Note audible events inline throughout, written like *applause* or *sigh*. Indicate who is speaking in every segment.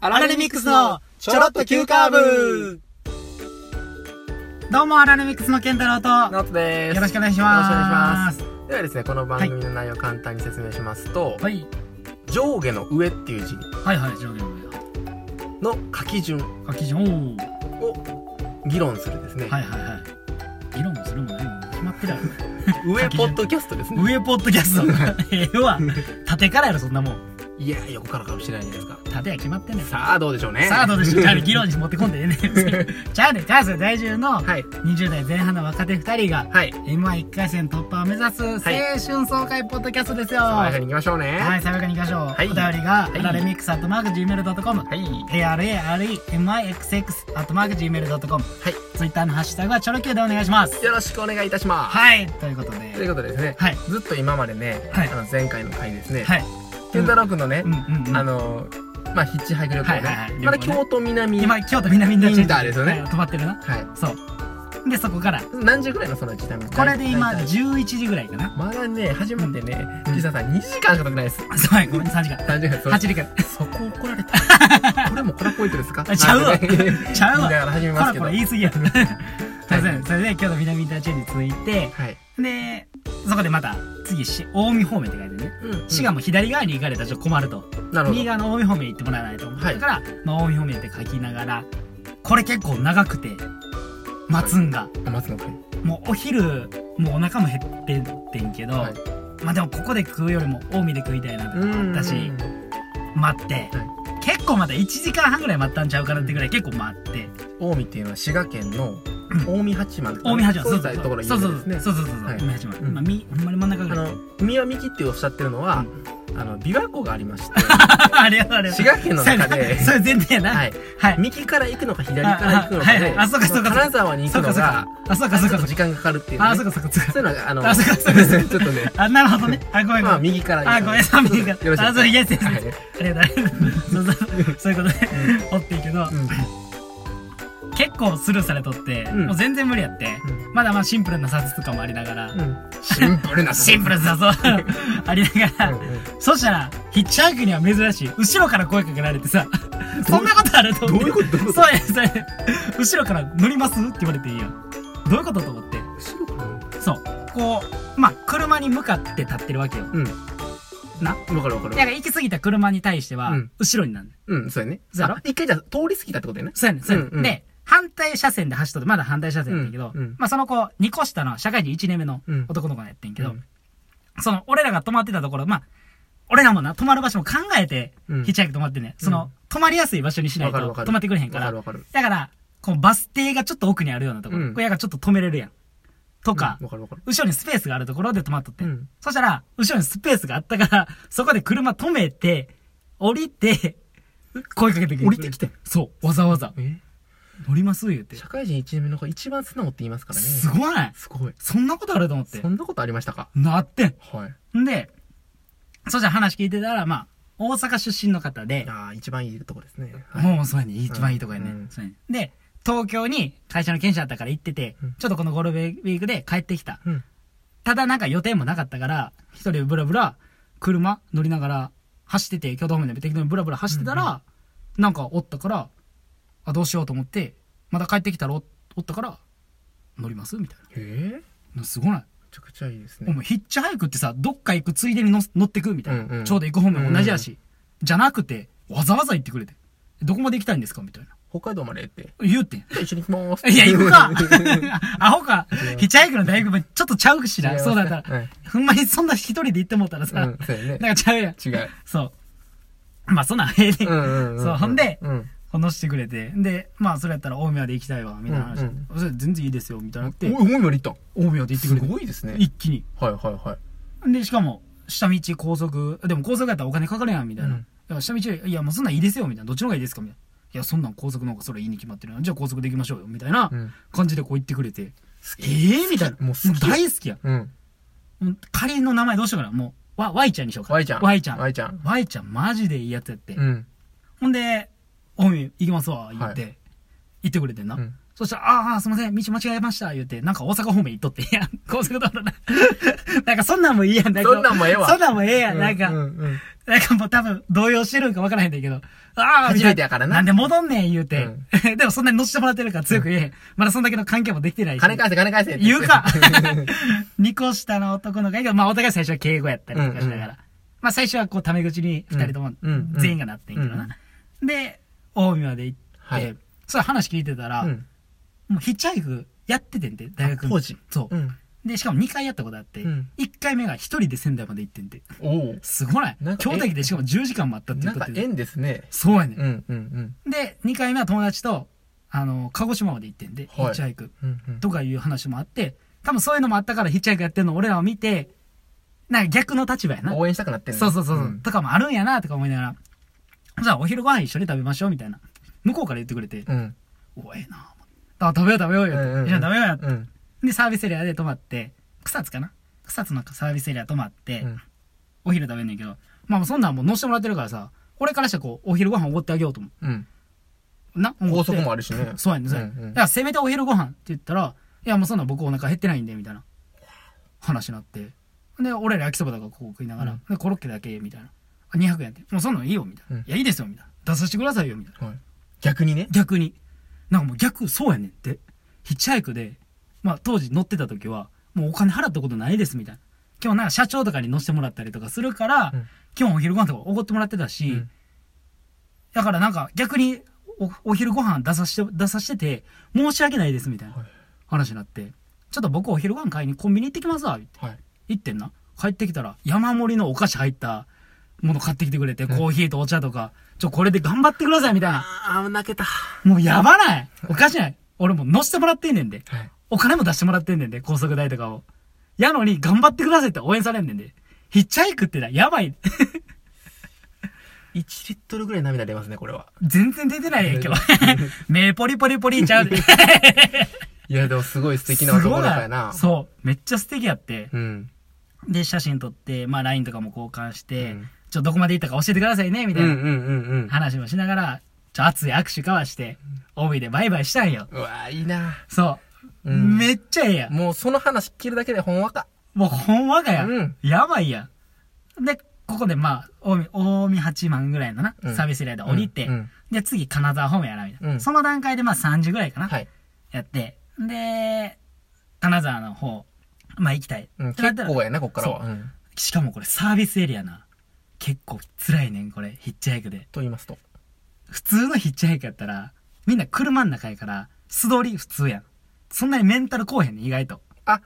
Speaker 1: アラレミックスのちょろっと急カーブ
Speaker 2: どうも、アラルミックスの健太郎と、
Speaker 1: ナオトです
Speaker 2: よろしくお願いします。
Speaker 1: よろしくお願いしますではですねこの番組の内容を簡単に説明しますと、
Speaker 2: はい。
Speaker 1: 上下の上っていう字
Speaker 2: はいはい、上下の上だ。
Speaker 1: の書き順
Speaker 2: 書き順、おー
Speaker 1: を議論するですね、
Speaker 2: はいはいはい。議論もするもんね、もう決まってるやろ。
Speaker 1: 上ポッドキャストですね
Speaker 2: 上ポッドキャスト。 *laughs* ええわ。縦からやろ、そんなもん。
Speaker 1: いや横からかもしれないじゃないですか
Speaker 2: 縦は決まってんねん。
Speaker 1: さあどうでしょうね
Speaker 2: さあどうでしょう。じゃあね議論に持ってこんで *laughs* ええねんそれ。じゃあね、関西在住の
Speaker 1: はい
Speaker 2: 20代前半の若手2人が、
Speaker 1: はい、
Speaker 2: M11 回戦突破を目指す青春爽快ポッドキャストですよ。
Speaker 1: 爽や
Speaker 2: は
Speaker 1: か
Speaker 2: い、
Speaker 1: にいきましょうね
Speaker 2: 爽やかにいきましょう。お
Speaker 1: は
Speaker 2: 便
Speaker 1: い
Speaker 2: りが、
Speaker 1: い
Speaker 2: アラレミックスアットマーク Gmail.com。
Speaker 1: はい、
Speaker 2: ARAREMIXX アットマーク Gmail.com
Speaker 1: はい
Speaker 2: ツイッターのハッシュタグはチョロ Q でお願いします
Speaker 1: よろしくお願いいたします、
Speaker 2: はいということ
Speaker 1: という
Speaker 2: で
Speaker 1: ことでですね、
Speaker 2: はい
Speaker 1: ずっと今までね、
Speaker 2: はい
Speaker 1: あの前回の回ですね、
Speaker 2: はい
Speaker 1: 健太郎君のね、
Speaker 2: うんうんうん
Speaker 1: あのまあヒッチハイク旅行ね、
Speaker 2: はいはいはい
Speaker 1: まだ
Speaker 2: 旅行ね
Speaker 1: 京都南
Speaker 2: 今京都南になっちゃ
Speaker 1: インターですよね
Speaker 2: 止まってるな
Speaker 1: は
Speaker 2: そうでそこから
Speaker 1: い何時ぐらいのその時間
Speaker 2: これで今
Speaker 1: 大体
Speaker 2: 11時ぐらいかな
Speaker 1: まだね初めてね
Speaker 2: うん
Speaker 1: 岸田さん2時間しか経ってないです
Speaker 2: そうやごめん3時間
Speaker 1: 3時間
Speaker 2: 8時間
Speaker 1: そこ怒られた
Speaker 2: *laughs*
Speaker 1: これもこれポイントですか
Speaker 2: あちゃうわ
Speaker 1: なんてね
Speaker 2: ちゃう
Speaker 1: 言い
Speaker 2: わ
Speaker 1: ながら始め
Speaker 2: こ
Speaker 1: ます
Speaker 2: ら
Speaker 1: け
Speaker 2: こら
Speaker 1: どはい
Speaker 2: 言い過ぎ
Speaker 1: *laughs*
Speaker 2: やろすいませんそれで京都南インターチェンジに着いてでそこでまた次し近江方面って書いてね
Speaker 1: うん
Speaker 2: 滋賀も左側に行かれたらちょっと困ると
Speaker 1: なるほど
Speaker 2: 右側の近江方面行ってもらわないと思う
Speaker 1: はい
Speaker 2: だから、まあ、近江方面って書きながらこれ結構長くて待つんが、
Speaker 1: 松野君
Speaker 2: もうお昼もうお腹も減ってってんけど、
Speaker 1: はい
Speaker 2: まあでもここで食うよりも近江で食いたいなとかあったし
Speaker 1: うん
Speaker 2: 待って、結構まだ1時間半ぐらい待ったんちゃうかなってぐらい結構待って
Speaker 1: 近江っていうのは滋賀県の近江八幡
Speaker 2: 近江八幡
Speaker 1: そういったところ
Speaker 2: そう
Speaker 1: 有
Speaker 2: そ
Speaker 1: 名
Speaker 2: う
Speaker 1: です
Speaker 2: そうそ
Speaker 1: ね
Speaker 2: うそうそうそう
Speaker 1: はい
Speaker 2: 近江八幡、
Speaker 1: うん
Speaker 2: まあ、みほんまに真ん中ぐ
Speaker 1: あ
Speaker 2: らい
Speaker 1: の海は幹っておっしゃってるのは、あの琵琶湖がありまして
Speaker 2: *laughs* ありがとうありがとう
Speaker 1: 滋賀県の中で
Speaker 2: *laughs* そうやなそれ前提やなは、
Speaker 1: はいい右から行くのか左から行くの
Speaker 2: あ
Speaker 1: か
Speaker 2: あはい
Speaker 1: で
Speaker 2: はいあそうかそうかそうか
Speaker 1: 金沢に行
Speaker 2: そ
Speaker 1: く
Speaker 2: うか
Speaker 1: の
Speaker 2: そう
Speaker 1: が
Speaker 2: かあそうかそう
Speaker 1: ち
Speaker 2: かそ
Speaker 1: ょっと
Speaker 2: う
Speaker 1: 時
Speaker 2: か
Speaker 1: 間かかるっていうね
Speaker 2: あそうかそうかそうか
Speaker 1: そういうのがあの
Speaker 2: あそうかそうかそうか
Speaker 1: *laughs* ちょっとね
Speaker 2: あなるほどねあごめんごめん、
Speaker 1: まあ右から
Speaker 2: あごめんなさい右から
Speaker 1: よろしい
Speaker 2: あそうイエスイエス
Speaker 1: はい
Speaker 2: ありがとうございます。 *laughs* そうそうそういうことで、おっていいけど、
Speaker 1: うん
Speaker 2: 結構スルーされとって、
Speaker 1: ん
Speaker 2: もう全然無理やって、
Speaker 1: う
Speaker 2: まだまあシンプルな札とかもありながら、
Speaker 1: うんシンプルな
Speaker 2: シンプル
Speaker 1: *laughs*
Speaker 2: な札ありながら、そしたら、ヒッチハイクには珍しい、後ろから声かけられてさ、
Speaker 1: どう
Speaker 2: そんなことあると思って。
Speaker 1: どういうことどういうこと
Speaker 2: そうや、そうや。後ろから乗りますって言われていいよ。どういうことと思って。そう。こう、まあ、車に向かって立ってるわけよ。
Speaker 1: うん
Speaker 2: な
Speaker 1: わかるわか
Speaker 2: だか
Speaker 1: る
Speaker 2: ら行き過ぎた車に対しては
Speaker 1: うん、
Speaker 2: 後ろになるの。
Speaker 1: うんそうやね
Speaker 2: そうや
Speaker 1: あら一回じゃあ通り過ぎたってことやね
Speaker 2: そうやねん、そうやねん。
Speaker 1: うんうん
Speaker 2: で、反対車線で走っとって、まだ反対車線やったけど、
Speaker 1: うんうん
Speaker 2: まあその子、2個下の社会人1年目の
Speaker 1: うん
Speaker 2: 男の子がやってんけど、
Speaker 1: うん
Speaker 2: その、俺らが止まってたところ、まあ、俺らもな、止まる場所も考えて、
Speaker 1: うん
Speaker 2: ヒッチハイク止まってんね、ん。
Speaker 1: うん
Speaker 2: その、止まりやすい場所にしないと、
Speaker 1: わかるわかる
Speaker 2: 止まってくれへんか。
Speaker 1: わからるわかる
Speaker 2: だから、このバス停がちょっと奥にあるようなところ、
Speaker 1: うん
Speaker 2: これやからちょっと止めれるやん。とか、
Speaker 1: うんわかるわかる
Speaker 2: 後ろにスペースがあるところで止まっとって。
Speaker 1: うん
Speaker 2: そしたら、後ろにスペースがあったから、 *laughs* そこで車止めて、降りて、声かけてくれ
Speaker 1: 降りてきて。
Speaker 2: そう、わざわざ。
Speaker 1: え
Speaker 2: 乗ります言うて。
Speaker 1: 社会人1年目の子一番素直って言いますからね
Speaker 2: すごない
Speaker 1: すごい
Speaker 2: そんなことあると思って
Speaker 1: そ。んなことありましたか
Speaker 2: なってん。
Speaker 1: はい
Speaker 2: んで、そしたら話聞いてたら、まあ、大阪出身の方で、
Speaker 1: ああ一番いいとこですねはい
Speaker 2: もうそうやね。一番いいとこやね。
Speaker 1: うん
Speaker 2: そうやねで、東京に会社の研修あったから行ってて、
Speaker 1: うん
Speaker 2: ちょっとこのゴールデンウィークで帰ってきた。
Speaker 1: うん
Speaker 2: ただなんか予定もなかったから、一人ブラブラ、車乗りながら走ってて、京都方面で適当にブラブラ走ってたら、なんかおったから、あ、どうしようと思って、まだ帰ってきたらおおったから、乗りますみたい
Speaker 1: えーめ
Speaker 2: な。すごない。
Speaker 1: ちゃくちゃいいです
Speaker 2: お
Speaker 1: ね
Speaker 2: 前ヒッチハイクってさ、どっか行くついでに乗乗ってくみたいな、
Speaker 1: うんうん
Speaker 2: ちょうど行く方面同じやし。じゃなくて、わざわざ行ってくれて。どこまで行きたいんですかみたいな。
Speaker 1: 北海道までって
Speaker 2: 言うてん。 *laughs*
Speaker 1: じゃあ一緒に行きます
Speaker 2: いや、行く
Speaker 1: *laughs*
Speaker 2: かアホかヒッチハイクの大学もちょっとちゃうし
Speaker 1: 違い
Speaker 2: な。
Speaker 1: ます
Speaker 2: そうだったら。
Speaker 1: はい
Speaker 2: ほんまにそんな一人で行ってもうたらさ、
Speaker 1: うんそうやね
Speaker 2: なんかちゃうやん。
Speaker 1: *laughs* 違う
Speaker 2: そう。まあ、そんなんええねん
Speaker 1: うんうんうん
Speaker 2: そう、ほんで、
Speaker 1: うん
Speaker 2: このしてくれて。で、まあ、それやったら、大宮で行きたいわ、みたいな話。
Speaker 1: うんうん
Speaker 2: それ全然いいですよ、みたいになって、
Speaker 1: おいおいまで行った
Speaker 2: 大宮で行って
Speaker 1: す
Speaker 2: くれて。
Speaker 1: ごいですね
Speaker 2: 一気に。
Speaker 1: はいはいはい
Speaker 2: で、しかも、下道、高速、でも高速やったらお金かかるやん、みたいな。
Speaker 1: うん
Speaker 2: いや下道、いや、もうそんなんいいですよ、みたいな。どっちの方がいいですか、みたいな。いや、そんなん高速の方がそれいいに決まってるな。じゃあ高速で行きましょうよ、みたいな
Speaker 1: うん
Speaker 2: 感じでこう言ってくれて。ええみたいな。
Speaker 1: もう好き
Speaker 2: 大好きやん。
Speaker 1: うん
Speaker 2: もう仮の名前どうしようかな。もう、わ、ワイちゃんにしようか。
Speaker 1: ワイちゃん
Speaker 2: ワイちゃん。
Speaker 1: ワイちゃん。
Speaker 2: ワイちゃん、マジでいいやつやって。
Speaker 1: うん
Speaker 2: ほんで、おみ、行きますわ、言って、
Speaker 1: は
Speaker 2: 言ってくれてんな。
Speaker 1: うん
Speaker 2: そしたら、ああ、すいません、道間違えました、言って、なんか大阪方面行っとって、い *laughs* や、高速道路な。なんかそんなんもいいやん、なんか。
Speaker 1: そんなんもええわ
Speaker 2: そんなんもええやん、なんか。
Speaker 1: うんうん
Speaker 2: なんかもう多分、動揺してるんか分からへんねんけど。ああ、
Speaker 1: 初めてやからな
Speaker 2: なんで戻んねん言うて。 *laughs* でもそんなに乗せてもらってるから強く言えへん。まだそんだけの関係もできてないし。
Speaker 1: 金返せ、金返せって
Speaker 2: 言うか二個下の男の子がいいけど、まあお互い最初は敬語やったりとかしながら。
Speaker 1: うんうん
Speaker 2: まあ最初はこうタメ口に二人とも
Speaker 1: うんうんうん
Speaker 2: 全員がなってんけどな。で、大宮まで行って、
Speaker 1: はい
Speaker 2: それ話聞いてたら、
Speaker 1: *laughs* うん。
Speaker 2: もうヒッチハイクやっててんて、大学の
Speaker 1: あ当時
Speaker 2: そう、
Speaker 1: うん。
Speaker 2: で、しかも2回やったことあって、
Speaker 1: うん
Speaker 2: 一1回目が一人で仙台まで行ってんて。
Speaker 1: おお。
Speaker 2: すごない
Speaker 1: な
Speaker 2: 兄
Speaker 1: んか
Speaker 2: 弟でしかも10時間もあったって言
Speaker 1: な
Speaker 2: っ
Speaker 1: ん
Speaker 2: たっ
Speaker 1: か
Speaker 2: て。
Speaker 1: 縁ですね。
Speaker 2: そうやね、
Speaker 1: うん
Speaker 2: ん。
Speaker 1: うん
Speaker 2: で、2回目は友達と、あの、鹿児島まで行ってんで、
Speaker 1: はい
Speaker 2: ヒッチハイク。
Speaker 1: うん。うんうん。
Speaker 2: とかいう話もあって、多分そういうのもあったからヒッチハイクやってるの俺らを見て、なんか逆の立場やな。
Speaker 1: 応援したくなってる
Speaker 2: そうそうそう。うんとかもあるんやなとか思いながら、じゃあお昼ご飯一緒に食べましょうみたいな。向こうから言ってくれて、
Speaker 1: うん。
Speaker 2: おええなあ食べよう食べようよ
Speaker 1: うんうんう
Speaker 2: っ
Speaker 1: ん
Speaker 2: て。じゃあ食べようよって
Speaker 1: うん。
Speaker 2: で、サービスエリアで泊まって、草津かな草津のサービスエリア泊まって、
Speaker 1: うん
Speaker 2: お昼食べんねんけど、まあそんなんもう乗せてもらってるからさ、俺からしたらこう、お昼ご飯おごってあげようと思
Speaker 1: うん。
Speaker 2: う。な、おご
Speaker 1: 法
Speaker 2: って
Speaker 1: 則もあるしね。
Speaker 2: *laughs* そうやねん、そうやねん。
Speaker 1: うんうん
Speaker 2: だからせめてお昼ご飯って言ったら、いやもうそんなん僕お腹減ってないんで、みたいな話になって。で、俺ら焼きそばとかここ食いながら、
Speaker 1: うん
Speaker 2: でコロッケだけ、みたいな。あ200円って。もうそんなんいいよ、みたいな。
Speaker 1: うん
Speaker 2: いや、いいですよ、みたいな。出させてくださいよ、みたいな。
Speaker 1: はい。逆にね。
Speaker 2: 逆に。なんかもう逆、そうやねんって。ヒッチハイクで、まあ当時乗ってた時は、もうお金払ったことないですみたいな。今日なんか社長とかに乗せてもらったりとかするから、
Speaker 1: うん
Speaker 2: 今日お昼ご飯とかおごってもらってたし、
Speaker 1: うん
Speaker 2: だからなんか逆におお昼ご飯出さして、出さしてて、申し訳ないですみたいな
Speaker 1: はい
Speaker 2: 話になって、ちょっと僕お昼ご飯買いにコンビニ行ってきますわ、って
Speaker 1: はい。
Speaker 2: 行ってんな。帰ってきたら山盛りのお菓子入ったもの買ってきてくれて、コーヒーとお茶とか、ちょ、これで頑張ってくださいみたいな。
Speaker 1: ああ、泣けた。は
Speaker 2: もうやばないおかしない俺もう乗せてもらってんねんで。
Speaker 1: い。
Speaker 2: お金も出してもらってんねんで、高速代とかを。やのに、頑張ってくださいって応援されんねんで。ヒッチハイクってな、やばい。
Speaker 1: 1リットルぐらい涙出ますね、これは。
Speaker 2: 全然出てないや
Speaker 1: *laughs*
Speaker 2: ん、今日。 *laughs* 目ポリポリポリちゃうで。
Speaker 1: いや、でもすごい素敵な男の子や
Speaker 2: すご
Speaker 1: な。
Speaker 2: いそう。めっちゃ素敵やって。
Speaker 1: うん。
Speaker 2: で、写真撮って、まあ LINE とかも交換して、
Speaker 1: うん
Speaker 2: ちょ、どこまで行ったか教えてくださいね、み
Speaker 1: うん
Speaker 2: たい
Speaker 1: うんう
Speaker 2: なん
Speaker 1: うん。
Speaker 2: 話もしながら、ちょ、熱い握手交わして、帯でバイバイしたんよ。
Speaker 1: うわーいいな
Speaker 2: そう。
Speaker 1: うん
Speaker 2: めっちゃええやん。
Speaker 1: もうその話聞けるだけでほんわか。
Speaker 2: もうほんわかや。
Speaker 1: うん
Speaker 2: やばいやん。で、ここでまあ、近江、近江八幡ぐらいのな、
Speaker 1: うん
Speaker 2: サービスエリアで降りて、
Speaker 1: うんうん
Speaker 2: で、次金沢方面やな、みたいな、
Speaker 1: うん
Speaker 2: その段階でまあ3時ぐらいかな、
Speaker 1: はい。
Speaker 2: やって、で、金沢の方、まあ行きたい。
Speaker 1: うん、
Speaker 2: ってなっ
Speaker 1: 結
Speaker 2: たら
Speaker 1: 構やな、こっからは。
Speaker 2: そ
Speaker 1: うん
Speaker 2: しかもこれサービスエリアな。結構辛いねん、これ、ヒッチハイクで。
Speaker 1: と言いますと。
Speaker 2: 普通のヒッチハイクやったら、みんな車の中やから、素通り普通やん。そんなにメンタルこうへんねん、意外と。
Speaker 1: あ、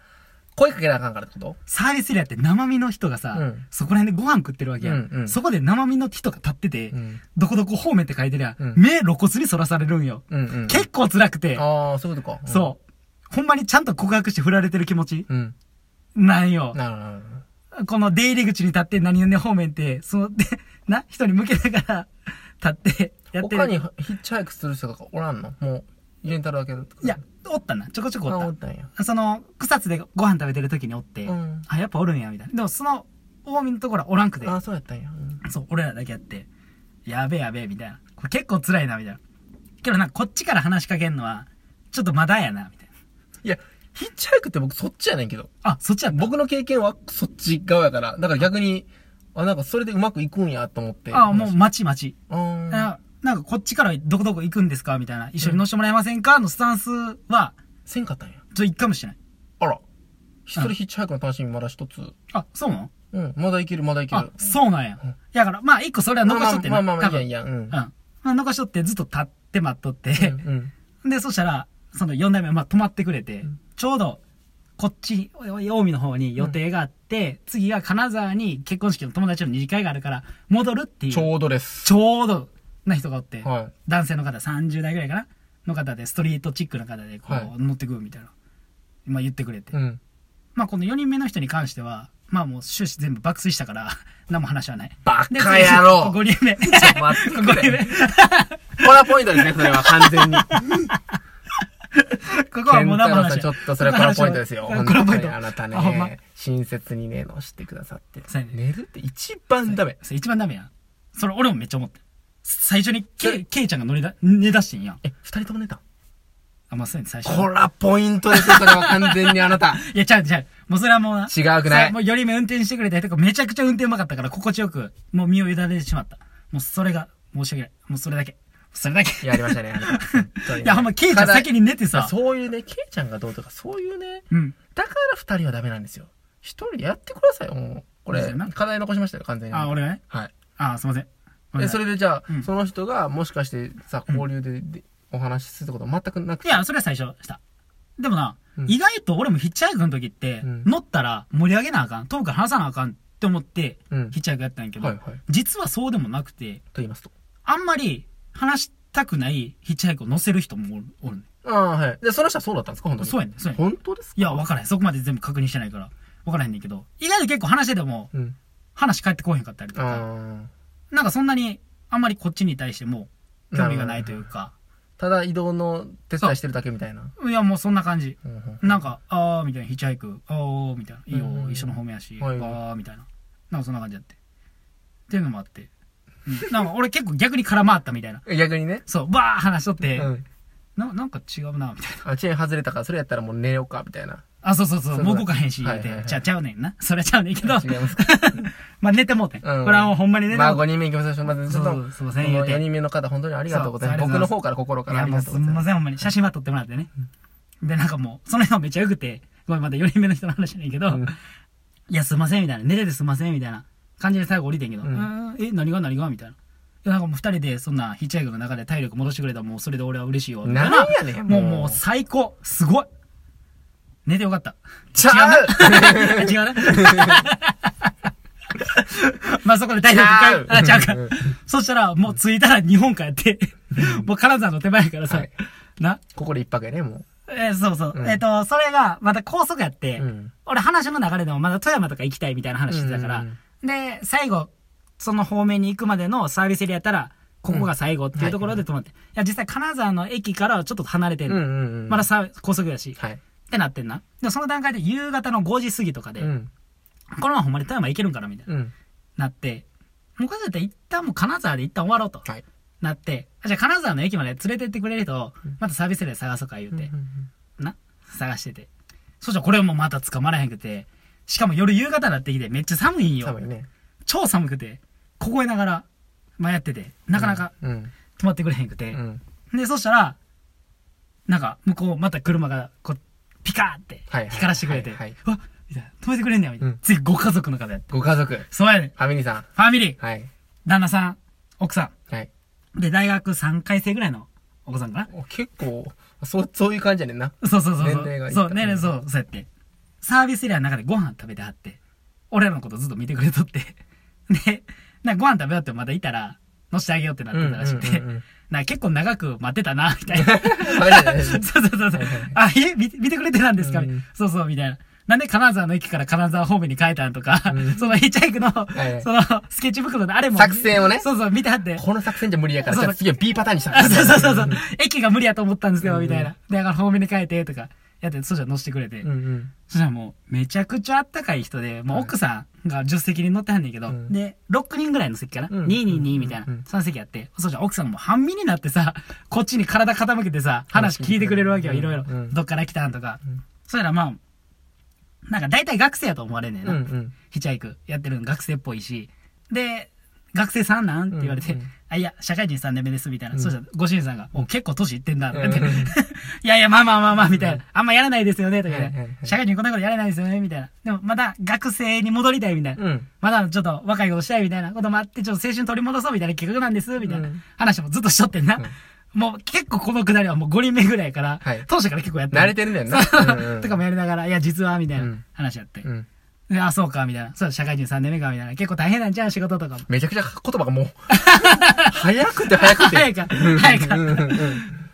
Speaker 1: 声かけなあかんからってこと
Speaker 2: サービスエリアって生身の人がさ、
Speaker 1: うん
Speaker 2: そこら辺でご飯食ってるわけやん。
Speaker 1: うんうん
Speaker 2: そこで生身の人が立ってて、
Speaker 1: うん。
Speaker 2: どこどこ方面って書いてりゃ、
Speaker 1: うん
Speaker 2: 目露骨にそらされるんよ。
Speaker 1: うんうん。
Speaker 2: 結構辛くて、
Speaker 1: ああ、そういうことか。
Speaker 2: そう。ほんまにちゃんと告白して振られてる気持ち
Speaker 1: うん。うん。
Speaker 2: なんよ。
Speaker 1: なるほどなるほど。
Speaker 2: この出入り口に立って何々方面って、その、で、な、人に向けながら立ってやってる。
Speaker 1: 他にヒッチハイクする人とかおらんのもう、レンタルだけだとか。
Speaker 2: いや、、おったな。ちょこちょこ
Speaker 1: あ、
Speaker 2: お
Speaker 1: お
Speaker 2: っ
Speaker 1: ったんや。
Speaker 2: た。その、草津でご飯食べてる時におって、
Speaker 1: うん
Speaker 2: あ、やっぱおるんや、みたいな。でもその、大見のところはおらんくて。
Speaker 1: あ、そうやったんや。うん
Speaker 2: そう、俺らだけやって、やべえやべえ、みたいな。これ結構辛いな、みたいな。けどなんかこっちから話しかけんのは、ちょっとまだやな、みたいな。
Speaker 1: いや、ヒッチハイクって僕そっちやねんけど。
Speaker 2: あ、そっちやった
Speaker 1: 僕の経験はそっち側やから。だから逆に、あ、なんかそれでうまくいくんやと思って。
Speaker 2: あ、もう、待ち待ち。
Speaker 1: うーん。
Speaker 2: あなんかこっちからどこどこ行くんですかみたいな。一緒に乗せてもらえませんかのスタンスは、
Speaker 1: せんかったんや。
Speaker 2: ちょ、行くかもしれない。
Speaker 1: あら。一人ヒッチハイクの楽しみまだ一つ。
Speaker 2: あ、そうなの
Speaker 1: うん。まだいける、まだいける
Speaker 2: あ。、そうなんや。だから、まあ、一個それは残しとって
Speaker 1: ま
Speaker 2: な
Speaker 1: あまあまあ
Speaker 2: 多
Speaker 1: まあ、
Speaker 2: 分
Speaker 1: いいやいいや。う
Speaker 2: う
Speaker 1: ん。
Speaker 2: ん。まあ、残しとってずっと立って待っとって、
Speaker 1: うんうん。
Speaker 2: で、そしたら、その4代目、まあ、泊まってくれて、
Speaker 1: ん
Speaker 2: ちょうど、こっち、お近江の方に予定があって、次が金沢に結婚式の友達の二次会があるから、戻るっていう、
Speaker 1: ちょうどです。
Speaker 2: ちょうどな人がおって、
Speaker 1: は
Speaker 2: 男性の方、30代ぐらいかなの方で、ストリートチックな方で、こう、
Speaker 1: はい
Speaker 2: 乗ってくるみたいな、まあ、言ってくれて。
Speaker 1: い。うん。
Speaker 2: まあ、この4人目の人に関しては、まあもう終始全部爆睡したから、 *laughs* 何も話はない。
Speaker 1: バ
Speaker 2: で
Speaker 1: カ野郎
Speaker 2: 5人目。
Speaker 1: ちょっと待
Speaker 2: *laughs*
Speaker 1: ってく
Speaker 2: 5
Speaker 1: れ
Speaker 2: 人目。
Speaker 1: これはポイントですね、それは完全に。
Speaker 2: ここはもう何も話は
Speaker 1: ちょっとそれはコラポイントですよ。
Speaker 2: ここはコラポイント。
Speaker 1: 本当にあなた
Speaker 2: あほんま
Speaker 1: ね、親切にね、のしてくださって
Speaker 2: そうや。ね
Speaker 1: 寝るって一番ダメ。
Speaker 2: それ一番ダメやん。それ俺もめっちゃ思ってる。最初にケイ、ケイちゃんが乗りだ、寝出してんやん。
Speaker 1: え、二人とも寝た
Speaker 2: ああ、まあそうやね、最初。
Speaker 1: こら、ポイントですよ、それは完全にあな
Speaker 2: *laughs*
Speaker 1: た。
Speaker 2: いや、ちゃうちゃう。もうそれはもうな。
Speaker 1: 違うくない
Speaker 2: それはもうよりも運転してくれた人がめちゃくちゃ運転うまかったから、心地よく、もう身を委ねてしまった。もうそれが、申し訳ない。もうそれだけ。それだけ。 *laughs*
Speaker 1: やりましたね、あなた本当にね
Speaker 2: いや、ほんま、ケイちゃん先に寝て
Speaker 1: ただ
Speaker 2: さ。
Speaker 1: そういうね、ケイちゃんがどうとか、そういうね、
Speaker 2: うん。
Speaker 1: だから二人はダメなんですよ。一人でやってくださいよ、もう。こ
Speaker 2: そう
Speaker 1: れ
Speaker 2: だよな、
Speaker 1: 課題残しましたよ、完全に。
Speaker 2: あ、俺がね。
Speaker 1: はい。
Speaker 2: あ、すいません。ごめん
Speaker 1: で
Speaker 2: なさ
Speaker 1: そ
Speaker 2: い
Speaker 1: れでじゃあ、
Speaker 2: うん
Speaker 1: その人がもしかしてさ交流で,で、お話しすること全くなく
Speaker 2: い
Speaker 1: て
Speaker 2: や、それは最初した。でもな、
Speaker 1: うん
Speaker 2: 意外と俺もヒッチハイクの時って、
Speaker 1: うん
Speaker 2: 乗ったら盛り上げなあかん、遠くから話さなあかんって思って、
Speaker 1: うん
Speaker 2: ヒッチハイクやったんやけど、
Speaker 1: はいはいと
Speaker 2: 実はそうでもなくて、
Speaker 1: 言いますと
Speaker 2: あんまり話したくないヒッチハイクを乗せる人もおるおるね
Speaker 1: ああはいでその人はそうだったんですか本当に
Speaker 2: そうやねそうやね
Speaker 1: 本当ですか
Speaker 2: いや、わからへん。そこまで全部確認してないから。わからへんねんけど。意外と結構話してても、
Speaker 1: うん
Speaker 2: 話返ってこへんかったりとか、
Speaker 1: ああ
Speaker 2: なんかそんなに、あんまりこっちに対しても、興味がないというか、
Speaker 1: ただ移動の手伝いしてるだけみたいない
Speaker 2: や、もうそんな感じ。
Speaker 1: うんうん
Speaker 2: なんか、あーみたいな、ヒッチハイク、あーみたいな、いいよ、
Speaker 1: うん
Speaker 2: 一緒の方面やし、
Speaker 1: はい
Speaker 2: あーみたいな。なんかそんな感じだって。っていうのもあって。うん、なんか俺結構逆に空回ったみたいな。
Speaker 1: 逆にね、
Speaker 2: そう、バー話しとって、
Speaker 1: うん、
Speaker 2: ななんか違うな、みたいな。
Speaker 1: あチェーン外れたからそれやったらもう寝ようかみたいな
Speaker 2: あ、そうそうそう、
Speaker 1: そうだ
Speaker 2: もう動かへんし、言う
Speaker 1: はいはい
Speaker 2: て
Speaker 1: は。い
Speaker 2: ちゃ、ちゃうねんな。それはちゃうねんけど、
Speaker 1: 違いますか、
Speaker 2: まあ寝てもうてん。
Speaker 1: う
Speaker 2: *laughs*
Speaker 1: ん
Speaker 2: これはもうほんまに寝て
Speaker 1: ま
Speaker 2: も
Speaker 1: あ
Speaker 2: うて
Speaker 1: 5人目行きましょうすいませんちょっと
Speaker 2: そうすいませ
Speaker 1: こ
Speaker 2: ん言
Speaker 1: の
Speaker 2: うて
Speaker 1: 4人目の方本当にありがとうございます
Speaker 2: そうそうあ
Speaker 1: 僕
Speaker 2: りが
Speaker 1: の
Speaker 2: とう
Speaker 1: 方
Speaker 2: ご
Speaker 1: から心か
Speaker 2: い
Speaker 1: ら
Speaker 2: や、
Speaker 1: あり
Speaker 2: もう
Speaker 1: がと
Speaker 2: す
Speaker 1: うござい
Speaker 2: んま
Speaker 1: ます
Speaker 2: せん、ほんまに。写真は撮ってもらってね。で、なんかもう、その辺はめっちゃ良くて、ごめん、まだ4人目の人の話じゃないけど、
Speaker 1: うん
Speaker 2: いや、すんません、みたいな。寝ててすんません、みたいな感じで最後降りてんけど、う
Speaker 1: うん
Speaker 2: ーん、え、何が何がみたいな。いや、なんかもう二人で、そんなヒッチハイクの中で体力戻してくれたらもうそれで俺は嬉しいよ。みたい
Speaker 1: なんやねん
Speaker 2: もう、
Speaker 1: もう
Speaker 2: もう最高すごい寝てよかった。
Speaker 1: ちゃう
Speaker 2: 違うね。 *laughs* まあそこで体力回復。あ、ちゃうか。そしたら、もう着いたら日本帰って、もう金沢の手前やからさ、
Speaker 1: はい
Speaker 2: な、
Speaker 1: *laughs* ここで一泊やねも
Speaker 2: えーそうそう。
Speaker 1: うん
Speaker 2: えっ、と、それが、また高速やって、
Speaker 1: う、うん、
Speaker 2: 俺話の流れでもまだ富山とか行きたいみたいな話してたから、
Speaker 1: うんうん
Speaker 2: で、最後、その方面に行くまでのサービスエリアやったら、ここが最後っていうところで止まって、いや、実際金沢の駅からはちょっと離れて
Speaker 1: うん
Speaker 2: る、
Speaker 1: うんうん
Speaker 2: まださ高速やし、っ
Speaker 1: はい
Speaker 2: てなってんな。で、その段階で夕方の5時過ぎとかで、
Speaker 1: うん
Speaker 2: このままほんまに富山行けるんかなみたいな、
Speaker 1: うん
Speaker 2: なって、もうこれだったら一旦もう金沢で一旦終わろうと。
Speaker 1: はい
Speaker 2: なって、あじゃあ金沢の駅まで連れてってくれる人を、またサービスエリア探そうか言うて、な、探してて。そしたらこれもまた捕まらへんくて、しかも夜夕方になってきてめっちゃ寒いんよ。
Speaker 1: 寒いね
Speaker 2: 超寒くて、凍えながら、まあ、やってて、なかなか
Speaker 1: うん
Speaker 2: 止まってくれへんく
Speaker 1: う
Speaker 2: て。
Speaker 1: ん
Speaker 2: で、そしたら、なんか、向こう、また車が、こう、ピカーって
Speaker 1: はいは、い
Speaker 2: 光らしてくれて、
Speaker 1: はいはいう
Speaker 2: わみたいな、止めてくれんねや、みたいな。
Speaker 1: うん
Speaker 2: 次、ご家族の方やって。
Speaker 1: ご家族
Speaker 2: そうやねん
Speaker 1: ファミリーさん
Speaker 2: ファミリー、
Speaker 1: はい
Speaker 2: 旦那さん、奥さ
Speaker 1: はい
Speaker 2: ん。で、大学3回生ぐらいのお子さんかな。
Speaker 1: お結構そうそういう感じやねんな
Speaker 2: そうそうそうそう。
Speaker 1: 年齢がいった
Speaker 2: そう、年齢そう、そうやって。サービスエリアの中でご飯食べてはって、俺らのことずっと見てくれとって。 *laughs* で、なんかご飯食べようってまだいたら、乗せてあげようってなってたらしくて、
Speaker 1: うんうんうんうん
Speaker 2: なんか結構長く待ってたな、みたいな。
Speaker 1: *laughs* マ
Speaker 2: *laughs*
Speaker 1: ジで
Speaker 2: そうそうそうそう。あ、え見て見てくれてたんですか、
Speaker 1: うん
Speaker 2: そうそう、みたいな。なんで金沢の駅から金沢方面に変えたんとか、
Speaker 1: う
Speaker 2: *laughs*
Speaker 1: ん
Speaker 2: そのヒッチハイクの、
Speaker 1: いはい
Speaker 2: その、スケッチ袋のあれも。
Speaker 1: 作戦をね
Speaker 2: そうそう、見てはって。
Speaker 1: この作戦じゃ無理やから
Speaker 2: そう
Speaker 1: じ
Speaker 2: そ
Speaker 1: ゃ
Speaker 2: う
Speaker 1: あ次は B パターンにした
Speaker 2: あそうそうそうそうう。駅が無理やと思ったんですけど、
Speaker 1: うん
Speaker 2: みたいな。でだから方面に変えて、とか。やって、そしたら乗せてくれて。
Speaker 1: んうん
Speaker 2: そしたらもう、めちゃくちゃあったかい人で、もう
Speaker 1: はい
Speaker 2: 奥さんが助手席に乗ってはんねんけど、
Speaker 1: うん
Speaker 2: で、6人ぐらいの席かな、
Speaker 1: うん
Speaker 2: ?222 みたいな、
Speaker 1: うん
Speaker 2: その席やって、そしたら奥さんも半身になってさ、こっちに体傾けてさ、話聞いてくれるわけよ、
Speaker 1: うん
Speaker 2: いろいろ
Speaker 1: うん。
Speaker 2: どっから来たんとか。
Speaker 1: うん
Speaker 2: そしたらまあ、なんか大体学生やと思われんねん
Speaker 1: う
Speaker 2: な。
Speaker 1: んうん
Speaker 2: ヒッチハイクやってるの学生っぽいし、で、学生さんなんって言われて、
Speaker 1: うんうん
Speaker 2: あ、いや、社会人3年目です、みたいな。
Speaker 1: うん
Speaker 2: そうしたら、ご主人さんが、お、結構 *laughs* 年いってんだ、とか言って、
Speaker 1: うんうん
Speaker 2: いやいや、まあまあまあまあ、みたいな。あんまやらないですよね、とか言って、
Speaker 1: はいはいはい
Speaker 2: 社会人こんなことやらないですよね、みたいな。でも、まだ学生に戻りたい、みたいな。
Speaker 1: うん
Speaker 2: まだちょっと若いことしたいみたいなこともあって、ちょっと青春取り戻そうみたいな企画なんです、みたいな
Speaker 1: うん
Speaker 2: 話もずっとしとってんな。もう結構このくだりはもう5人目ぐらいから、
Speaker 1: はい
Speaker 2: 当初から結構やって
Speaker 1: 慣れてるんだよなうんうん
Speaker 2: とかもやりながら、いや、実は、みたいうなん話やって。
Speaker 1: うん
Speaker 2: であ、そうか、みたいな。そう、社会人3年目か、みたいな。結構大変なんじゃん、仕事とかも。
Speaker 1: めちゃくちゃ言葉がもう *laughs* 早くて早くて
Speaker 2: 早いか、早いか
Speaker 1: う、んうんう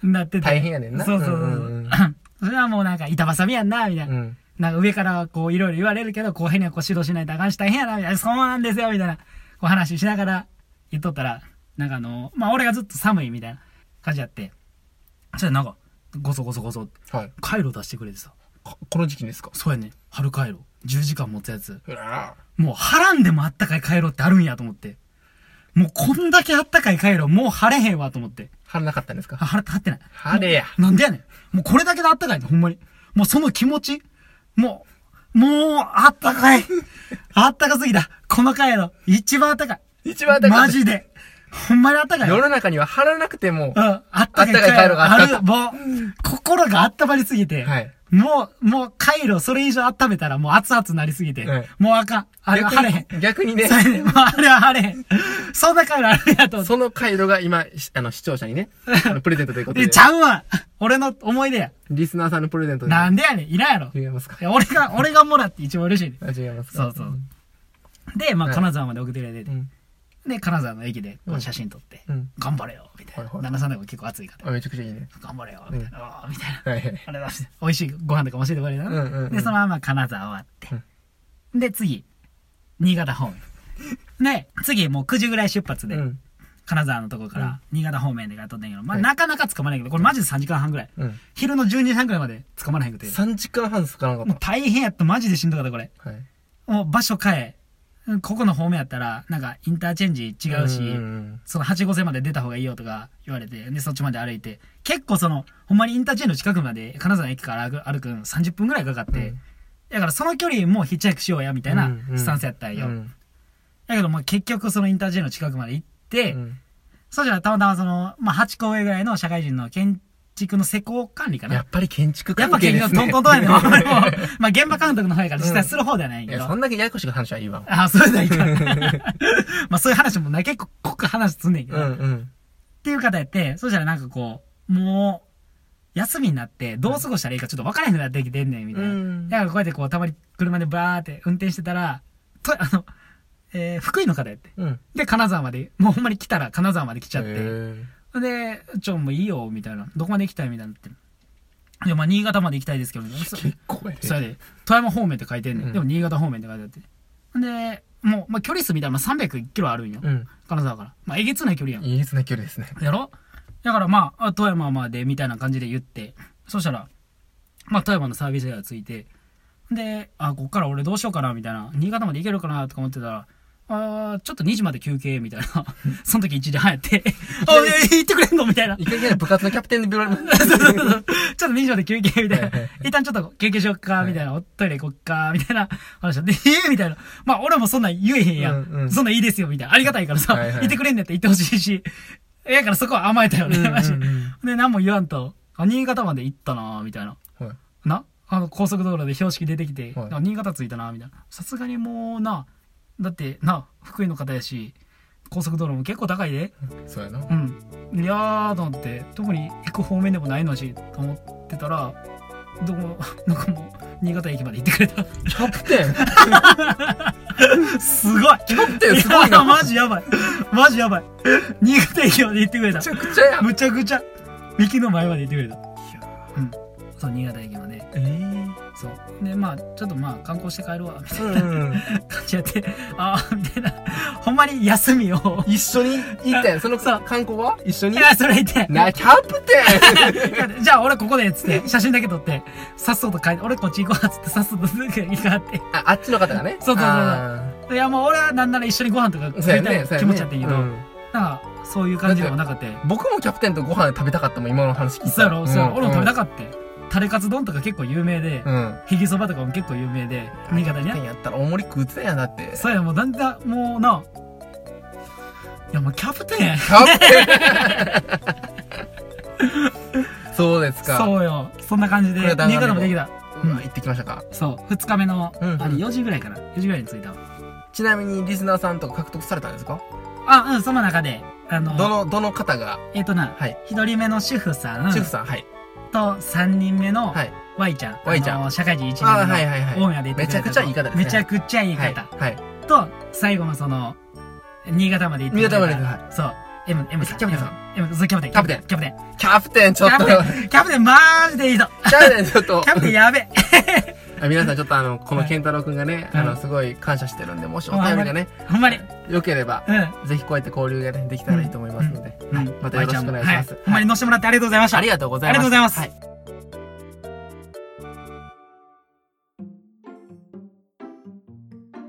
Speaker 1: ん
Speaker 2: なってて。
Speaker 1: 大変やねんな
Speaker 2: そうそうそう
Speaker 1: うんうん
Speaker 2: そう。 *laughs* それはもうなんか、板挟みやんな、みたいな。
Speaker 1: うん
Speaker 2: なんか上からこう、いろいろ言われるけど、こう、変にはこう指導しないとあかんし、大変やな、みたいな。そうなんですよ、みたいな。こう話しながら言っとったら、なんかあの、まあ、俺がずっと寒いみたいな感じやって。それでなんか、ごそごそごそ、
Speaker 1: はい
Speaker 2: カイロ出してくれてさ。
Speaker 1: ここの時期にですか
Speaker 2: そうやね。春カイロ。10時間持つやつ。
Speaker 1: うら
Speaker 2: もう、はらんでもあったかいカイロってあるんやと思って。もうこんだけあったかい回路、もう晴れへんわと思って。
Speaker 1: 晴れなかったんです
Speaker 2: あ、
Speaker 1: か
Speaker 2: 晴れて、晴ってない。
Speaker 1: 晴れや。
Speaker 2: なんでやねん。もうこれだけであったかいねほんまに。もうその気持ち。もう、もう、あったかい。あったかすぎだ。この回路、一番あったかい。
Speaker 1: 一番暖かい
Speaker 2: マジで。ほんまにあったかい。
Speaker 1: 世
Speaker 2: うん。
Speaker 1: の中には晴らなくても、
Speaker 2: あったかい
Speaker 1: あったかい回路があった
Speaker 2: る。もう、心が温まりすぎて。
Speaker 1: はい
Speaker 2: もう、もう回路それ以上温めたらもう熱々なりすぎて。
Speaker 1: はい
Speaker 2: もうあかん。あれは晴れへん。
Speaker 1: 逆にね
Speaker 2: *laughs* そ、れでもうあれは晴れへん。そんな回路あるんやと思って
Speaker 1: その回路が今、しあの、視聴者にね、あのプレゼントということ
Speaker 2: え
Speaker 1: で
Speaker 2: ち、ゃうわ俺の思い出や。
Speaker 1: リスナーさんのプレゼントで。
Speaker 2: なんでやねん。いらんやろ。
Speaker 1: 違いますか
Speaker 2: いや俺
Speaker 1: *laughs*
Speaker 2: が、俺がもらって一番嬉しいね。
Speaker 1: あ違います
Speaker 2: そ
Speaker 1: か
Speaker 2: うそう。で、まあ、金沢まで送っていただいて
Speaker 1: う、ん。
Speaker 2: で、金沢の駅でこ
Speaker 1: う
Speaker 2: うん写真撮って
Speaker 1: うん、
Speaker 2: 頑張れよ、みたい
Speaker 1: は
Speaker 2: な。
Speaker 1: いはい
Speaker 2: 旦那さんとか結構熱い方
Speaker 1: あ、。めちゃくちゃいいね。
Speaker 2: 頑張れよ、みたいな。ああみたいな。
Speaker 1: はいはい。
Speaker 2: あれだ、美味しいご飯とかも教えてもらえる
Speaker 1: うんうんう
Speaker 2: な。
Speaker 1: ん
Speaker 2: で、そのまま金沢終わって。で、次、新潟
Speaker 1: *laughs*
Speaker 2: 方面。で、次、もう9時ぐらい出発で
Speaker 1: う、ん。
Speaker 2: 金沢のとこか
Speaker 1: うん
Speaker 2: ら、新潟方面でやっとってんけど、まあ、
Speaker 1: はい
Speaker 2: なかなか捕まらへんけど、これマジで3時間半ぐらい。
Speaker 1: うん。
Speaker 2: 昼の12時半ぐらいまで捕まらへんくて。
Speaker 1: 3時間半すかなか
Speaker 2: もう
Speaker 1: っ
Speaker 2: 大変やった、マジでしんどかった、これ。
Speaker 1: た。はい。
Speaker 2: もう場所変え。うんここの方面やったら、なんかインターチェンジ違うし、
Speaker 1: んん
Speaker 2: その8号線まで出た方がいいよとか言われて、で、そっちまで歩いて、結構その、ほんまにインターチェンジの近くまで、金沢の駅から歩く歩くん30分くらいかかって、
Speaker 1: うん
Speaker 2: だからその距離もうヒッチハイクしようや、みたいな
Speaker 1: うんうん
Speaker 2: スタンスやったんよ。
Speaker 1: うん
Speaker 2: だけどまあ結局そのインターチェンジの近くまで行って、
Speaker 1: うん
Speaker 2: そしたらたまたまその、まあ8個上ぐらいの社会人の建築の施工管理かな。
Speaker 1: やっぱり建築
Speaker 2: やっ
Speaker 1: 関
Speaker 2: ぱ
Speaker 1: 係
Speaker 2: 結
Speaker 1: です
Speaker 2: 局
Speaker 1: ね。
Speaker 2: トントントンやねん
Speaker 1: *laughs*
Speaker 2: 俺もまあ現場監督の方やから実際
Speaker 1: うん
Speaker 2: する方ではないん
Speaker 1: い
Speaker 2: やけど。
Speaker 1: や、そんだけややこしく話はいいわ。
Speaker 2: あ、それだ、いかん。
Speaker 1: *laughs*
Speaker 2: まあ、そういう話もな、結構、濃く話すんねんけ
Speaker 1: う
Speaker 2: ど、
Speaker 1: ん
Speaker 2: っ
Speaker 1: うん。
Speaker 2: ていう方やって、そしたらなんかこう、もう、休みになって、どう過ごしたらいいかちょっと分からへんくなってきてんねん、みたいな。
Speaker 1: うん
Speaker 2: だからこうやってこう、たまに車でバーって運転してたら、と、あの、えー、福井の方やって。
Speaker 1: うん。
Speaker 2: で、金沢まで、もうほんまに来たら金沢まで来ちゃっ
Speaker 1: へ
Speaker 2: て。
Speaker 1: ー
Speaker 2: で、ちょ、もういいよ、みたいな。どこまで行きたいみたいになって。いや、まあ、新潟まで行きたいですけど、みたいなそ
Speaker 1: 結構やね
Speaker 2: それで、富山方面って書いてんねん。
Speaker 1: うん
Speaker 2: でも新潟方面って書いてあって。で、もう、まあ、距離数みたいな、まあ、300キロあるんよ。
Speaker 1: うん。
Speaker 2: 金沢から。まあ、えげつない距離やん。
Speaker 1: いいですね、距離ですね。
Speaker 2: やろだからまあ、あ富山までみたいな感じで言って、そしたら、まあ、富山のサービスエリアついて、で、あ、こっから俺どうしようかな、みたいな。新潟まで行けるかな、とか思ってたら、あーちょっと2時まで休憩、みたいな。その時1時半やって、 *laughs* あ、いや行ってくれんのみたいな。
Speaker 1: いきなり部活のキャプテンでビューラル。
Speaker 2: そうそうそう *laughs* ちょっと2時まで休憩みたいな
Speaker 1: は
Speaker 2: い
Speaker 1: はいは。
Speaker 2: 一旦ちょっと休憩しよっか、みたいな。おトイレ行こっか、みたいな *laughs* 話をで、ええみたいな。まあ俺もそんなん言えへんや。
Speaker 1: うんうんん
Speaker 2: そんなんいいですよ、みたいな。ありがたいからさ、
Speaker 1: はいはい
Speaker 2: いてくれんねって言ってほしいし。ええからそこは甘えたよね、
Speaker 1: うんうんうん
Speaker 2: マジで。で、何も言わんと、あ、新潟まで行ったな、みたいな。
Speaker 1: はい
Speaker 2: なあの、高速道路で標識出てきて、
Speaker 1: はい
Speaker 2: あ新潟着いたな、みたいな。さすがにもうな、だってな、福井の方やし、高速道路も結構高いで。
Speaker 1: そうやな。
Speaker 2: うん、いやーと思って特に行く方面でもないのしと思ってたらどこも *laughs* なんかもう新潟駅まで行ってくれた
Speaker 1: キャプテン
Speaker 2: す *laughs* ごいキャプ
Speaker 1: テンすごいな
Speaker 2: マジやばいマジやばい新潟駅まで行ってくれた
Speaker 1: めちゃくちゃやん。
Speaker 2: むちゃくちゃ駅の前まで行ってくれたうんそう新潟駅まで
Speaker 1: えー
Speaker 2: そうでまあちょっとまあ観光して帰るわみたい
Speaker 1: うんうん。
Speaker 2: な感じやってああみたいなほんまに休みを
Speaker 1: 一緒に行ったやん。その
Speaker 2: そう
Speaker 1: 観光は一緒
Speaker 2: い
Speaker 1: に
Speaker 2: やそれ言って
Speaker 1: な、キャプ
Speaker 2: *laughs*
Speaker 1: テン
Speaker 2: じゃあ俺ここでっつって写真だけ撮ってさっそうと帰って俺こっち行こうっつってさっそうとすぐ行かって
Speaker 1: あ、あっちの方がね。
Speaker 2: そうそうそうそう
Speaker 1: あ
Speaker 2: いやもう俺はなんなら一緒にご飯とか
Speaker 1: ー
Speaker 2: 食
Speaker 1: そうや
Speaker 2: いた
Speaker 1: ね
Speaker 2: い。
Speaker 1: そうやね
Speaker 2: 気持ちやったんやけど、
Speaker 1: うん
Speaker 2: なんかそういう感じでもなくて
Speaker 1: 僕もキャプテンとご飯食べたかったもん、今の話聞いた
Speaker 2: そうやろそうやろ、俺も食べた
Speaker 1: か
Speaker 2: かってタレカツ丼とか結構有名で、
Speaker 1: った。うん。
Speaker 2: ひげそばとかも結構有名で新潟に
Speaker 1: キャプ
Speaker 2: ね
Speaker 1: テンやったら大盛り食うてたやんだって。
Speaker 2: そうやもうだんだんもうないやもうキャプテンや
Speaker 1: キャプテ
Speaker 2: *laughs*
Speaker 1: ンそうですか。
Speaker 2: そうよそんな感じで
Speaker 1: これは旦
Speaker 2: 新
Speaker 1: 那で
Speaker 2: 潟
Speaker 1: も
Speaker 2: もできた
Speaker 1: うわ行ってきましたか。
Speaker 2: そう2日目の、
Speaker 1: うんうん
Speaker 2: あれ4時ぐらいかな4時ぐらいに着いたわ
Speaker 1: ちなみにリスナーさんとか獲得されたんですか
Speaker 2: あうんその中であの
Speaker 1: どの、どの方が、
Speaker 2: えっ、とな、
Speaker 1: はい。
Speaker 2: 一人目の主婦さん
Speaker 1: 主婦さん、はい。
Speaker 2: と三人目の
Speaker 1: はい。
Speaker 2: Y ちゃん。
Speaker 1: Y ちゃん
Speaker 2: あの社会人一
Speaker 1: ああ、
Speaker 2: 年
Speaker 1: はい
Speaker 2: の
Speaker 1: はいはい。
Speaker 2: 大家で行って
Speaker 1: め
Speaker 2: く
Speaker 1: ち
Speaker 2: れた
Speaker 1: ゃく
Speaker 2: と
Speaker 1: ちゃいい方ですね。
Speaker 2: めちゃくちゃいい方。
Speaker 1: はい。はい。
Speaker 2: と、最後のその、新潟まで行ってくれた。
Speaker 1: 新潟まで行って
Speaker 2: そう。M、M さん。
Speaker 1: キャプテンさん
Speaker 2: M。M、そうキャプテン。
Speaker 1: キャプテン
Speaker 2: キャプテン。
Speaker 1: キャプテンちょっと、
Speaker 2: キャプテン。キャプテン、マジでいいぞ。
Speaker 1: キャプテンちょっと
Speaker 2: キ、ャプテンや
Speaker 1: *laughs*
Speaker 2: べ。
Speaker 1: あ皆さんちょっとあの、この
Speaker 2: はい
Speaker 1: 健太郎くんがね、
Speaker 2: はい
Speaker 1: あの、すごい感謝してるんで、もしお便りがね、
Speaker 2: ほんまに。
Speaker 1: 良ければ、
Speaker 2: うん。
Speaker 1: ぜひこうやって交流がね、できたらいいと思いますので、
Speaker 2: うん
Speaker 1: はいまたよろしくお願いします。
Speaker 2: はほんまに乗せてもらってありがとうございました。
Speaker 1: ありがとうござい
Speaker 2: あり
Speaker 1: ます。
Speaker 2: がとうございます
Speaker 1: はい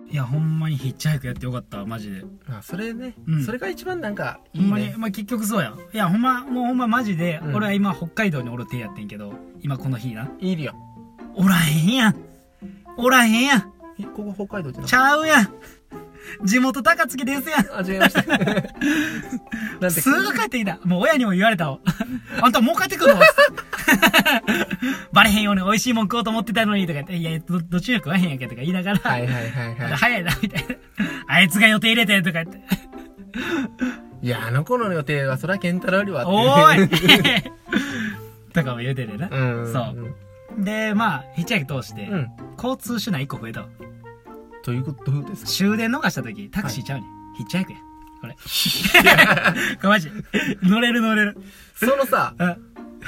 Speaker 2: いやほんまにヒッチハイクやってよかったマジで
Speaker 1: あそれね、
Speaker 2: うん
Speaker 1: それが一番なんかい
Speaker 2: ほん
Speaker 1: い
Speaker 2: まに
Speaker 1: ね
Speaker 2: まあ、結局そうやいやほんまもうほんまマジで、
Speaker 1: うん
Speaker 2: 俺は今北海道におる手やってんけど今この日ない
Speaker 1: るよ
Speaker 2: おらへんやんおらへんやん
Speaker 1: えここ北海道じゃな
Speaker 2: ちゃうやん地元高槻ですやん
Speaker 1: あ違いま
Speaker 2: *laughs*
Speaker 1: したなんて
Speaker 2: すぐ帰ってきた。もう親にも言われたわ。 *laughs* あんたもう帰ってくるの *laughs* バレへんように美味しいもん食おうと思ってたのにとか言って、いや、ど、どっちも食わへんやんけとか言いながら、
Speaker 1: はいはいはいは
Speaker 2: 早いな、みたいな。 *laughs* あいつが予定入れてとか言
Speaker 1: *laughs*
Speaker 2: って、
Speaker 1: いいやあの頃の予定はそりゃ健太郎よりはって
Speaker 2: おー
Speaker 1: *laughs*
Speaker 2: いとかも言うてるよな。
Speaker 1: うん
Speaker 2: そうで、まあ、ヒッチハイク通して、
Speaker 1: うん
Speaker 2: 交通手段一個増えたわ。
Speaker 1: ということどうですか
Speaker 2: 終電逃した時、タクシーちゃうねん。ヒッチハイクや。こ
Speaker 1: *laughs*
Speaker 2: れ。これマジ。乗れる乗れる。
Speaker 1: そのさ
Speaker 2: あ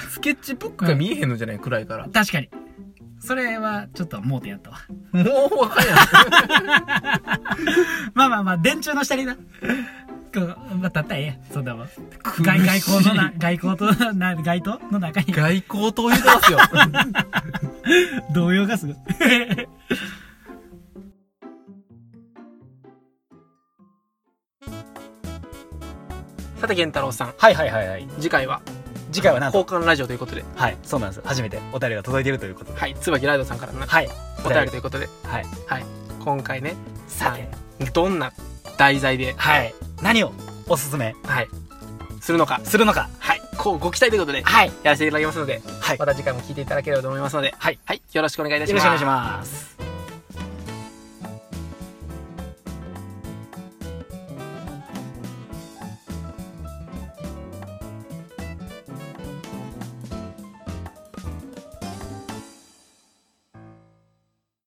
Speaker 1: スケッチブックが見えへんのじゃない暗いから
Speaker 2: 確かに。それは、ちょっと盲点やったわ。
Speaker 1: もうわかんない
Speaker 2: まあまあまあ、電柱の下にな。こうまあ、たったらええやん。そんなもん。外外交
Speaker 3: *laughs*
Speaker 2: のな、外交と、な、街灯の中に
Speaker 1: 外交と言うて *laughs* ますよ
Speaker 2: 動揺がすごい。
Speaker 1: さて健太郎さん
Speaker 3: *laughs* はいはいはいはい
Speaker 1: 次回は
Speaker 3: 次回はなん
Speaker 1: 交
Speaker 3: と
Speaker 1: 換ラジオということで
Speaker 3: はいそうなんです初めてお便りが届いているということで
Speaker 1: はい椿ライドさんからの
Speaker 3: はい
Speaker 1: お便りということで
Speaker 3: はい
Speaker 1: はい今回ね
Speaker 3: さて
Speaker 1: どんな題材で
Speaker 3: はい何をおすすめ
Speaker 1: はいするのか
Speaker 3: するのか
Speaker 1: はいこうご期待ということで
Speaker 3: はい
Speaker 1: やらせていただきますので
Speaker 3: はい
Speaker 1: また次回も聞いていただければと思いますので、はい、よろしくお願いいたし
Speaker 3: よろ
Speaker 1: ま
Speaker 3: し
Speaker 1: す。
Speaker 3: くお願いします